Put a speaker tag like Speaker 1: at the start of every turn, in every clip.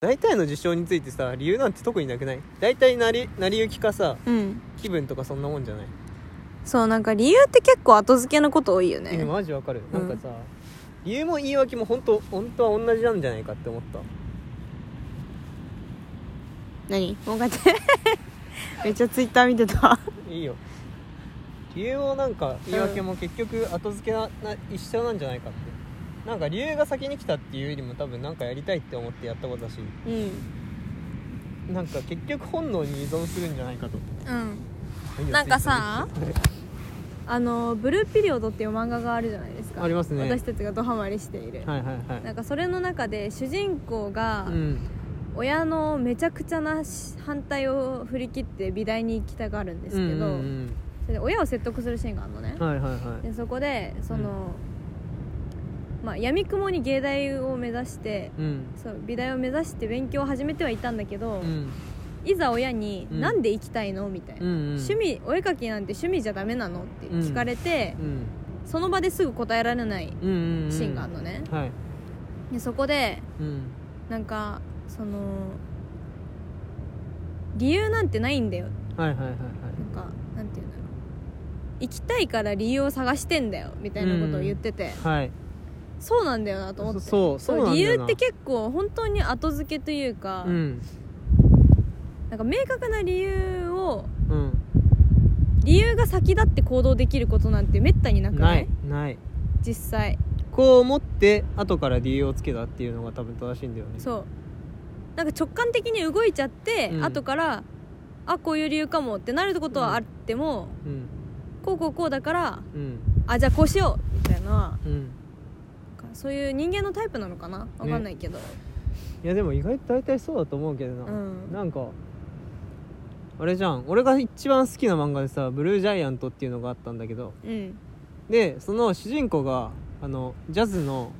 Speaker 1: 大体の事象についてさ理由なんて特になくない大体なり成り行きかさ
Speaker 2: うん
Speaker 1: 気分とかそんなもんじゃない、
Speaker 2: そうなんか理由って結構後付けのこと多いよね
Speaker 1: えマジわかる、
Speaker 2: うん
Speaker 1: なんかさ理由も言い訳も本当本当は同じなんじゃないかって思った
Speaker 2: 何もうこうやって めっちゃツイッター見てた
Speaker 1: いいよ理由もなんか言い訳も結局後付けなな一緒なんじゃないかってなんか理由が先に来たっていうよりも多分なんかやりたいって思ってやったことだし
Speaker 2: うん
Speaker 1: なんか結局本能に依存するんじゃないかと
Speaker 2: うんなんかさあのブルーピリオドっていう漫画があるじゃないですか
Speaker 1: ありますね
Speaker 2: 私たちがドハマりしている、
Speaker 1: はいはいはい
Speaker 2: なんかそれの中で主人公が
Speaker 1: うん
Speaker 2: 親のめちゃくちゃな反対を振り切って美大に行きたがるんですけど、
Speaker 1: うんうん
Speaker 2: それで親を説得するシーンがあるのね、
Speaker 1: うんはいはいはい
Speaker 2: でそこでその、まあ闇雲に芸大を目指して
Speaker 1: うん
Speaker 2: そう美大を目指して勉強を始めてはいたんだけど、
Speaker 1: うん
Speaker 2: いざ親に「
Speaker 1: うん
Speaker 2: なんで行きたいの?」みたいな、
Speaker 1: うんうん
Speaker 2: 趣味お絵描きなんて趣味じゃダメなの?」って聞かれて
Speaker 1: う、ん
Speaker 2: その場ですぐ答えられない
Speaker 1: うんうんうん
Speaker 2: シーンがあるのね、
Speaker 1: はい
Speaker 2: でそこで
Speaker 1: うん
Speaker 2: なんかその理由なんてないんだよ
Speaker 1: はいはいはいはい
Speaker 2: なんかなんていうんだろう行きたいから理由を探してんだよみたいなことを言ってて、
Speaker 1: はい
Speaker 2: そうなんだよなと思って
Speaker 1: そうそうなんだ
Speaker 2: 理
Speaker 1: よな
Speaker 2: 由って結構本当に後付けというか、
Speaker 1: うん
Speaker 2: なんか明確な理由を
Speaker 1: うん
Speaker 2: 理由が先立って行動できることなんてめったになくない
Speaker 1: ないない
Speaker 2: 実際
Speaker 1: こう思って後から理由をつけたっていうのが多分正しいんだよね
Speaker 2: そうなんか直感的に動いちゃって、
Speaker 1: うん
Speaker 2: 後からあこういう理由かもってなることはあっても、
Speaker 1: うん
Speaker 2: こうこうこうだから
Speaker 1: うん
Speaker 2: あじゃあこうしようみたいな
Speaker 1: うん
Speaker 2: なんかそういう人間のタイプなのかなわかんないけど、
Speaker 1: いやでも意外と大体そうだと思うけどな、
Speaker 2: うん
Speaker 1: なんかあれじゃん俺が一番好きな漫画でさ「ブルージャイアント」っていうのがあったんだけど
Speaker 2: うん
Speaker 1: でその主人公があのジャズの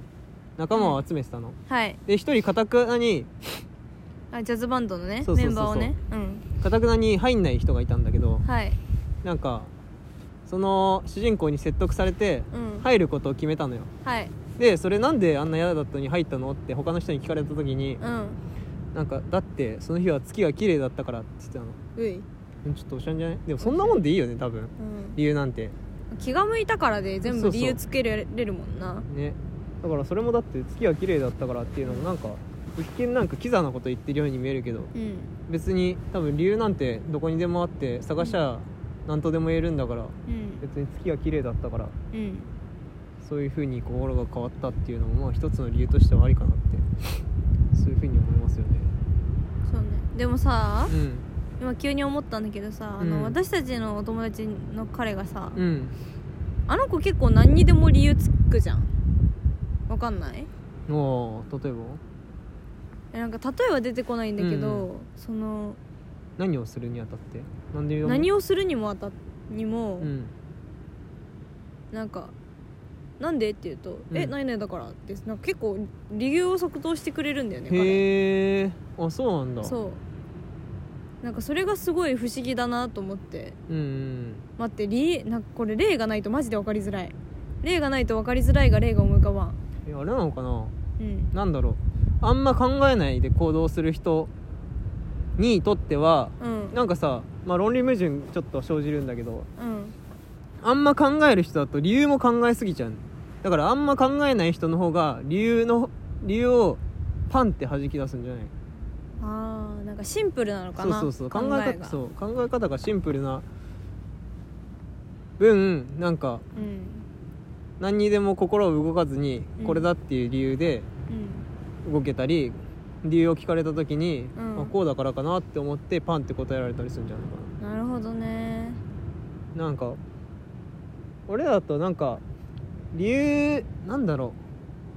Speaker 1: 仲間を集めてたの、
Speaker 2: はい
Speaker 1: で一人かたくなに
Speaker 2: あジャズバンドのね
Speaker 1: そうそうそう
Speaker 2: メンバーをね
Speaker 1: かたくなに入んない人がいたんだけど
Speaker 2: うんはい
Speaker 1: なんかその主人公に説得されて
Speaker 2: うん
Speaker 1: 入ることを決めたのよ
Speaker 2: はい
Speaker 1: でそれなんであんな嫌だったのに入ったのって他の人に聞かれた時に
Speaker 2: うん
Speaker 1: なんかだってその日は月が綺麗だったからって言ってたの
Speaker 2: うい、
Speaker 1: うんちょっとおしゃんじゃないでもそんなもんでいいよね多分
Speaker 2: う
Speaker 1: 理由なんて
Speaker 2: ん、気が向いたからで全
Speaker 1: そ
Speaker 2: 部
Speaker 1: うそう
Speaker 2: 理由つけられるもんな
Speaker 1: ねだからそれもだって月が綺麗だったからっていうのもなんか一見なんかキザなこと言ってるように見えるけど
Speaker 2: うん
Speaker 1: 別に多分理由なんてどこにでもあって探しゃ何とでも言えるんだから
Speaker 2: うん
Speaker 1: 別に月が綺麗だったから
Speaker 2: うん
Speaker 1: そういう風に心が変わったっていうのもまあ一つの理由としてはありかなってそういう風に思いますよね
Speaker 2: そうねでもさ
Speaker 1: うん
Speaker 2: 今急に思ったんだけどさあの、
Speaker 1: うん
Speaker 2: 私たちのお友達の彼がさ、
Speaker 1: うん
Speaker 2: あの子結構何にでも理由つくじゃんわかんない
Speaker 1: おー例えば
Speaker 2: えなんか例えは出てこないんだけど、
Speaker 1: う
Speaker 2: その
Speaker 1: 何をするにあたって何で言うの
Speaker 2: 何
Speaker 1: を
Speaker 2: をするにもあたにも、
Speaker 1: うん
Speaker 2: なんか「なんで?」って言うと「
Speaker 1: うん
Speaker 2: えないないだから」ってなんか結構理由を即答してくれるんだよね彼
Speaker 1: へえあそうなんだ
Speaker 2: そうなんかそれがすごい不思議だなと思って
Speaker 1: うんうん
Speaker 2: 待って理なんかこれ例がないとマジで分かりづらい例がないと分かりづらいが例が思い浮かばん
Speaker 1: えあれなのかな
Speaker 2: うん
Speaker 1: なんだろうあんま考えないで行動する人にとっては
Speaker 2: うん
Speaker 1: なんかさ、まあ、論理矛盾ちょっと生じるんだけど
Speaker 2: うん
Speaker 1: あんま考える人だと理由も考えすぎちゃうだからあんま考えない人の方が理由の理由をパンって弾き出すんじゃない
Speaker 2: あーなんかシンプルなのか
Speaker 1: そう
Speaker 2: な
Speaker 1: そうそう考
Speaker 2: 考
Speaker 1: え
Speaker 2: え
Speaker 1: 方
Speaker 2: が
Speaker 1: そう考え方がシンプルな分なんか
Speaker 2: うん
Speaker 1: 何にでも心を動かずに
Speaker 2: うん
Speaker 1: これだっていう理由で動けたり、理由を聞かれた時に、
Speaker 2: うん
Speaker 1: あこうだからかなって思ってパンって答えられたりするんじゃないか
Speaker 2: うんなるほどね
Speaker 1: ななんか俺だとなんか理由なんだろ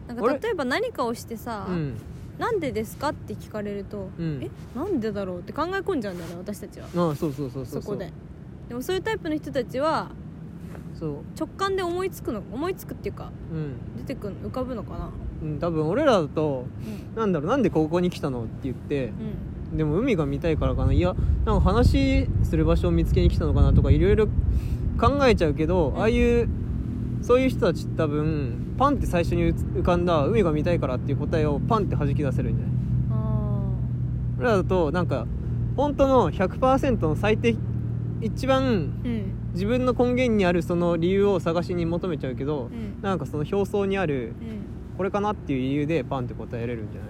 Speaker 2: なん
Speaker 1: 俺
Speaker 2: か例えば何かをしてさ
Speaker 1: ううん
Speaker 2: 「なんでですか?」って聞かれると
Speaker 1: う
Speaker 2: 「え
Speaker 1: ん
Speaker 2: なんでだろう?」って考え込んじゃうんだよね私たちは
Speaker 1: ああそうそうそうそう
Speaker 2: そこででもそういうタイプの人たちは
Speaker 1: そう
Speaker 2: 直感で思いつくの思いつくっていうか
Speaker 1: うん、
Speaker 2: 出てくる浮かぶのかな
Speaker 1: うん、多分俺らだと
Speaker 2: うん
Speaker 1: なんだろうなんでここに来たのって言って
Speaker 2: うん
Speaker 1: でも海が見たいからかないやなんか話する場所を見つけに来たのかなとかいろいろ考えちゃうけど、
Speaker 2: うん
Speaker 1: ああいうそういう人たちって多分パンって最初に浮かんだ海が見たいからっていう答えをパンって弾き出せるんじゃない
Speaker 2: あ
Speaker 1: 俺らだとなんか本当の100%の最低一番
Speaker 2: うん
Speaker 1: 自分の根源にあるその理由を探しに求めちゃうけど、
Speaker 2: うん
Speaker 1: なんかその表層にある
Speaker 2: うん
Speaker 1: これかなっていう理由でパンって答えれるんじゃない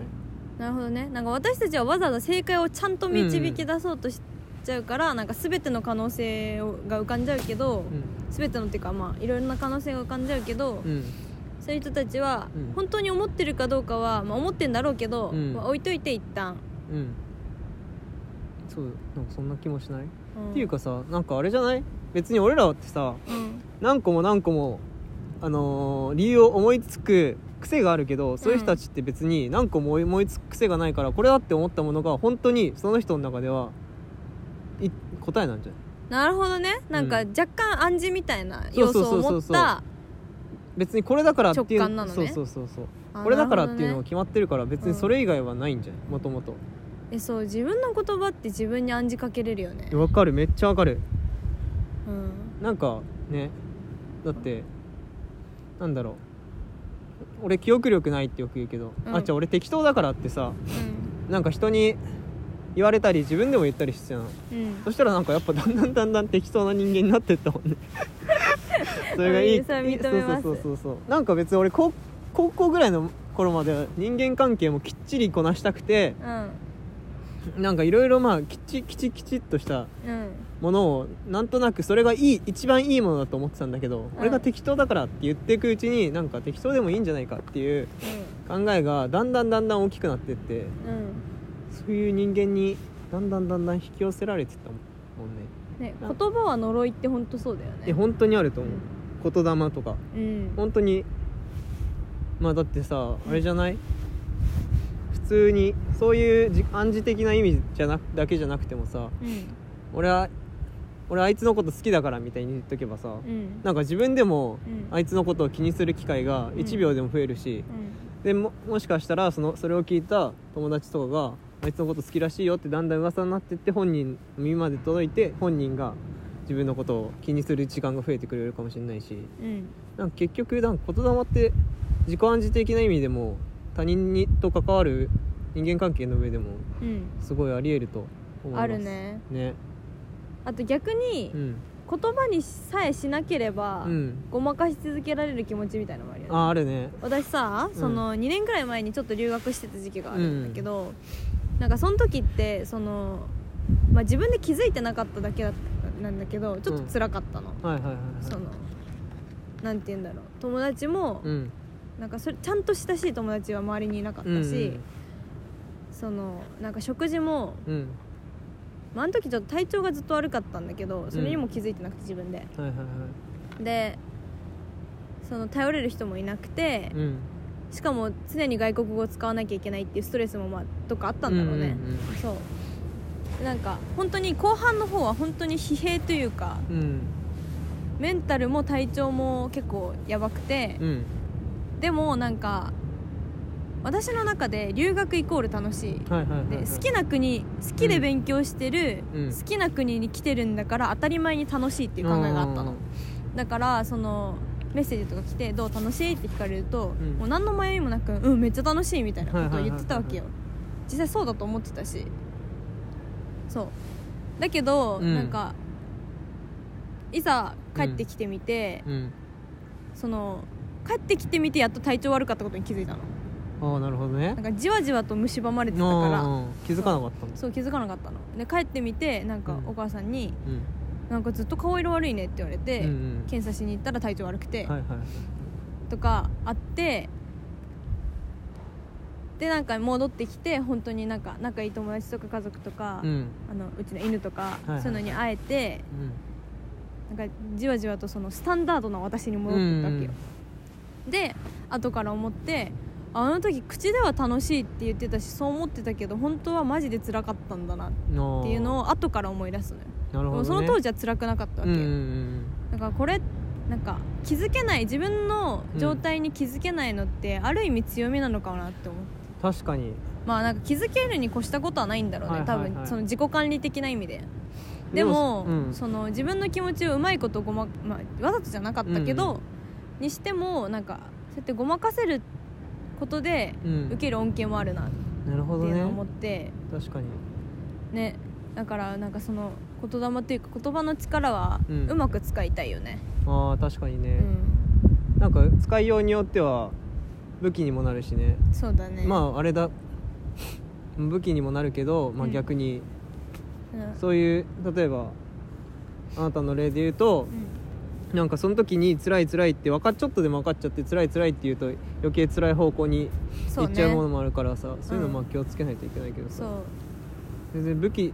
Speaker 2: なるほどねなんか私たちはわざわざ正解をちゃんと導き出そうとしちゃうから、なんか全ての可能性をが浮かんじゃうけど、全てのっていうかまあいろいろな可能性が浮かんじゃうけど、
Speaker 1: うんうん
Speaker 2: そういう人たちは
Speaker 1: うん
Speaker 2: 本当に思ってるかどうかは、まあ、思ってんだろうけど、
Speaker 1: うん
Speaker 2: まあ、置いといて一旦、
Speaker 1: うんそうなんかそんな気もしない、
Speaker 2: ん
Speaker 1: っていうかさなんかあれじゃない別に俺らってさ
Speaker 2: うん
Speaker 1: 何個も何個もあのー理由を思いつく癖があるけどそういう人たちって別に何個も思いつく癖がないからこれだって思ったものが本当にその人の中ではい答えなんじゃない
Speaker 2: なるほどねなんか
Speaker 1: うん
Speaker 2: 若干暗示みたいな
Speaker 1: そう
Speaker 2: 要
Speaker 1: そう
Speaker 2: 素
Speaker 1: そう
Speaker 2: を
Speaker 1: そ
Speaker 2: 持
Speaker 1: う
Speaker 2: っ
Speaker 1: そう
Speaker 2: た
Speaker 1: 別にこれだからっていう
Speaker 2: 直感なのね
Speaker 1: そうそうそうそう
Speaker 2: あ
Speaker 1: これだからって
Speaker 2: ないる
Speaker 1: う
Speaker 2: ほ
Speaker 1: の
Speaker 2: ど
Speaker 1: が
Speaker 2: ね
Speaker 1: 決まってるから別にそれ以外はないんじゃないもともと
Speaker 2: えそう自分の言葉って自分に暗示かけれるよね
Speaker 1: わかるめっちゃわかる
Speaker 2: うん
Speaker 1: なんかねだってなんだろう俺記憶力ないってよく言うけど、
Speaker 2: うん
Speaker 1: あじゃあ俺適当だからってさ
Speaker 2: うん
Speaker 1: なんか人に言われたり自分でも言ったりしてたの
Speaker 2: うん
Speaker 1: そしたらなんかやっぱだんだんだんだん適当な人間になってったもん ねそれがいい
Speaker 2: それ認めます
Speaker 1: そうそうそうそうそうなんか別に俺高高校ぐらいの頃までは人間関係もきっちりこなしたくて
Speaker 2: うん
Speaker 1: なんかいろいろまあきちきちきちっとした
Speaker 2: うん
Speaker 1: ものをなんとなくそれがいい一番いいものだと思ってたんだけど、
Speaker 2: ん
Speaker 1: 俺が適当だからって言っていくうちになんか適当でもいいんじゃないかっていう考えがだんだんだんだん大きくなってって
Speaker 2: うん
Speaker 1: そういう人間にだんだんだんだん引き寄せられてったもんね
Speaker 2: うんね言葉は呪いって本当そうだよ
Speaker 1: え
Speaker 2: ね
Speaker 1: 本当にあると思う言霊とか
Speaker 2: うん
Speaker 1: 本当にまあだってさあれじゃない普通にそういうじ暗示的な意味じゃなだけじゃなくてもさ
Speaker 2: うん
Speaker 1: 俺は俺あいつのこと好きだからみたいに言っとけばさ、
Speaker 2: うん
Speaker 1: なんか自分でも
Speaker 2: うん
Speaker 1: あいつのことを気にする機会が1秒でも増えるし、でももしかしたらそのそれを聞いた友達とかがあいつのこと好きらしいよってだんだん噂になってって本人の耳まで届いて本人が自分のことを気にする時間が増えてくれるかもしれないし
Speaker 2: うん
Speaker 1: なんか結局なんか言霊って自己暗示的な意味でも他人にと関わる人間関係の上でも
Speaker 2: うん
Speaker 1: すごいありえると思います
Speaker 2: あるね
Speaker 1: ね
Speaker 2: あと逆に
Speaker 1: うん
Speaker 2: 言葉にさえしなければ
Speaker 1: うん
Speaker 2: ごまかし続けられる気持ちみたいなのもあるよね
Speaker 1: ああるね
Speaker 2: 私さ
Speaker 1: うん
Speaker 2: その2年くらい前にちょっと留学してた時期があるんだけど、なんかその時ってその、まあ、自分で気づいてなかっただけだったなんだけどちょっと辛かったの、
Speaker 1: はいはいはいはい
Speaker 2: そのなんて言うんだろう友達も、
Speaker 1: うん
Speaker 2: なんかそれちゃんと親しい友達は周りにいなかったし、そのなんか食事も、
Speaker 1: うんうん
Speaker 2: まあ、あの時ちょっと体調がずっと悪かったんだけどそれにも気づいてなくて自分で、
Speaker 1: うんはいはいは
Speaker 2: でその頼れる人もいなくて、
Speaker 1: いうん
Speaker 2: しかも常に外国語を使わなきゃいけないっていうストレスもまあどっかあったんだろうね、そうなんか本当に後半の方は本当に疲弊というか
Speaker 1: うんうん
Speaker 2: メンタルも体調も結構やばくて
Speaker 1: う、ん
Speaker 2: でもなんか私の中で留学イコール楽しい
Speaker 1: うんはいはいはい
Speaker 2: で
Speaker 1: はい
Speaker 2: 好きな国好きで勉強してる、
Speaker 1: うん
Speaker 2: 好きな国に来てるんだから当たり前に楽しいっていう考えがあったのだからそのメッセージとか来て「どう楽しい?」って聞かれると、
Speaker 1: うん
Speaker 2: もう何の迷いもなく「うんめっちゃ楽しい」みたいなことを言ってたわけよ
Speaker 1: は
Speaker 2: 実際そうだと思ってたしそうだけど、
Speaker 1: うん
Speaker 2: なんかいざ帰ってきてみて、
Speaker 1: うん
Speaker 2: その帰ってきてみてやっと体調悪かったことに気づいたの
Speaker 1: ああなるほどね
Speaker 2: なんかじわじわと蝕まれてたから
Speaker 1: あー気づかなかったんです
Speaker 2: そう気づかなかったので帰ってみてなんか
Speaker 1: うん
Speaker 2: お母さんに
Speaker 1: うん
Speaker 2: 「なんかずっと顔色悪いね」って言われて、
Speaker 1: うん
Speaker 2: 検査しに行ったら体調悪くて、
Speaker 1: うんはいはい
Speaker 2: とかあってでなんか戻ってきて本当になんか仲いい友達とか家族とか、
Speaker 1: うん
Speaker 2: あのうちの犬とか、
Speaker 1: いはい
Speaker 2: そういうのに会えてなんかじわじわとそのスタンダードな私に
Speaker 1: うん
Speaker 2: 戻ってったわけよ、で後から思ってあの時口では楽しいって言ってたしそう思ってたけど本当はマジで辛かったんだな
Speaker 1: う
Speaker 2: っ
Speaker 1: ん
Speaker 2: ていうのを後から思い出すのよ、
Speaker 1: あーなる
Speaker 2: で
Speaker 1: ほど
Speaker 2: も
Speaker 1: ね
Speaker 2: その当時は辛くなかったわ
Speaker 1: う
Speaker 2: け
Speaker 1: んう
Speaker 2: よ、
Speaker 1: んうん
Speaker 2: だからこれなんか気づけない自分の状態に気づけないのって、ある意味強みなのかなって思う
Speaker 1: 確かに
Speaker 2: まあなんか気づけるに越したことはないんだろうね、
Speaker 1: はいはいはい
Speaker 2: 多分その自己管理的な意味ででも、
Speaker 1: うん
Speaker 2: その自分の気持ちをうまいことごま、まあ、わざとじゃなかったけど、
Speaker 1: うん
Speaker 2: にしてもなんかそうやってごまかせることで
Speaker 1: うん
Speaker 2: 受ける恩恵もあるなっ
Speaker 1: なるほ
Speaker 2: って
Speaker 1: ど
Speaker 2: いう
Speaker 1: ね
Speaker 2: のを思って
Speaker 1: 確かに
Speaker 2: ねだからなんかその言霊っていうか言葉の力は
Speaker 1: うん
Speaker 2: うまく使いたいよね、
Speaker 1: ああ確かに
Speaker 2: う
Speaker 1: ね、
Speaker 2: ん
Speaker 1: なんか使いようによっては武器にもなるしね
Speaker 2: そうだね
Speaker 1: まああれだ武器にもなるけど、まあ、
Speaker 2: うん
Speaker 1: 逆に、
Speaker 2: うん
Speaker 1: そういう例えばあなたの例で言うと
Speaker 2: う、ん
Speaker 1: なんかその時に辛い辛いってわかちょっとでも分かっちゃって辛い辛いって言うと余計辛い方向に
Speaker 2: そ
Speaker 1: 行
Speaker 2: う
Speaker 1: っ
Speaker 2: ね
Speaker 1: ちゃうものもあるからさそう,、いうの
Speaker 2: うん
Speaker 1: まあ気をつけないといけないけどさ、
Speaker 2: そう
Speaker 1: 全然武器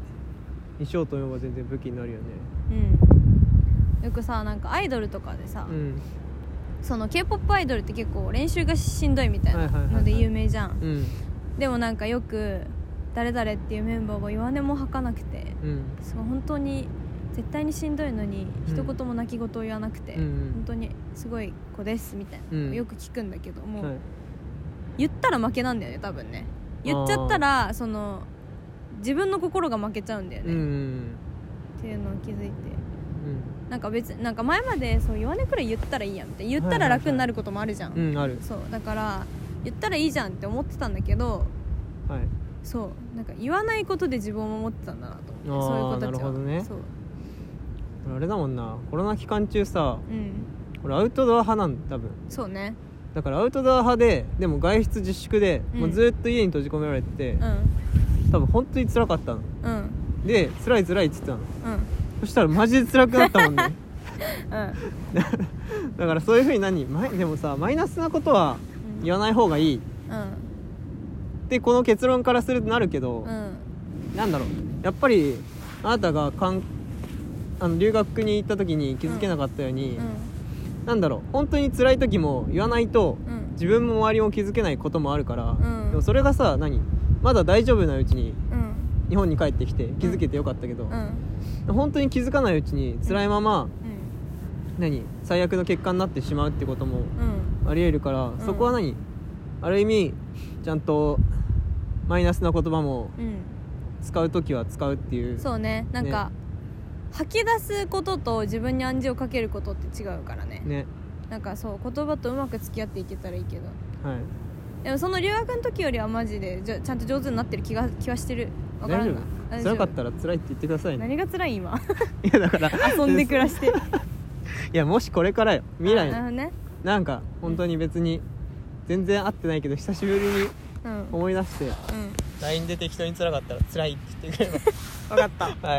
Speaker 1: にしようと思えば全然武器になるよね
Speaker 2: うんよくさなんかアイドルとかでさ、
Speaker 1: うん
Speaker 2: その k p o p アイドルって結構練習がしんどいみたいなので有名じゃん、
Speaker 1: うん
Speaker 2: でもなんかよく誰々っていうメンバーが弱音も吐かなくて
Speaker 1: うん
Speaker 2: そう本当に絶対にしんどいのに
Speaker 1: うん
Speaker 2: 一言も泣き言を言わなくて、
Speaker 1: うんうん
Speaker 2: 本当にすごい子ですみたいな、
Speaker 1: うん
Speaker 2: よく聞くんだけども、
Speaker 1: はい
Speaker 2: 言ったら負けなんだよね多分ね言っちゃったらその自分の心が負けちゃうんだよ
Speaker 1: う
Speaker 2: ね、っ
Speaker 1: ん
Speaker 2: ていうのを気づいて
Speaker 1: うん
Speaker 2: なんか別になんか前までそう弱音くらい言ったらいいやみたいな言ったら楽になることもあるじゃん、
Speaker 1: うんうんある
Speaker 2: そうだから言ったらいいじゃんって思ってたんだけど
Speaker 1: はい
Speaker 2: そうなんか言わないことで自分を守ってたんだなと思ってそういう
Speaker 1: あー
Speaker 2: 子たちは
Speaker 1: なるほどね
Speaker 2: そう
Speaker 1: あれだもんなコロナ期間中さ
Speaker 2: うん
Speaker 1: 俺アウトドア派なんだ多分
Speaker 2: そうね
Speaker 1: だからアウトドア派ででも外出自粛で、
Speaker 2: うん
Speaker 1: もうずっと家に閉じ込められてて、
Speaker 2: うん
Speaker 1: 多分本当に辛かったの
Speaker 2: うんうん
Speaker 1: で辛い辛いって言ってたのそしたらマジで辛くなったもん ね
Speaker 2: うん
Speaker 1: だからそういうふうに何マイでもさマイナスなことは
Speaker 2: うん
Speaker 1: 言わない方がいい
Speaker 2: うん
Speaker 1: ってこの結論からするとなるけど、
Speaker 2: うん
Speaker 1: なんだろうやっぱりあなたがかんあの留学に行った時に気づけなかったように、なんだろう本当に辛い時も言わないと
Speaker 2: うん
Speaker 1: 自分も周りも気づけないこともあるから、
Speaker 2: ん
Speaker 1: でもそれがさ何まだ大丈夫なうちに
Speaker 2: うん
Speaker 1: 日本に帰ってきて気づけてよかったけど、
Speaker 2: うん
Speaker 1: 本当に気づかないうちに辛いまま
Speaker 2: うん
Speaker 1: 何最悪の結果になってしまうってことも
Speaker 2: うん
Speaker 1: ありえるから、
Speaker 2: ん
Speaker 1: そこは何ある意味ちゃんとマイナスな言葉も
Speaker 2: うん
Speaker 1: 使う時は使うっていう
Speaker 2: そうねなんか吐き出すことと自分に暗示をかけることって違うからね
Speaker 1: ね
Speaker 2: なんかそう言葉とうまく付き合っていけたらいいけど
Speaker 1: はい
Speaker 2: でもその留学の時よりはマジでじゃちゃんと上手になってる気が気はしてるわから
Speaker 1: 大丈
Speaker 2: んが
Speaker 1: 夫辛かったら辛いって言ってくださいね
Speaker 2: 何が辛い 今
Speaker 1: いやだからい
Speaker 2: 遊んで暮らして
Speaker 1: やもしこれからよ未
Speaker 2: あなる
Speaker 1: 来
Speaker 2: ほどね
Speaker 1: なんか本当に別に全然会ってないけど久しぶりに
Speaker 2: うんうん
Speaker 1: 思い出して LINE で適当に辛かったら辛いって言ってくれば分かったはい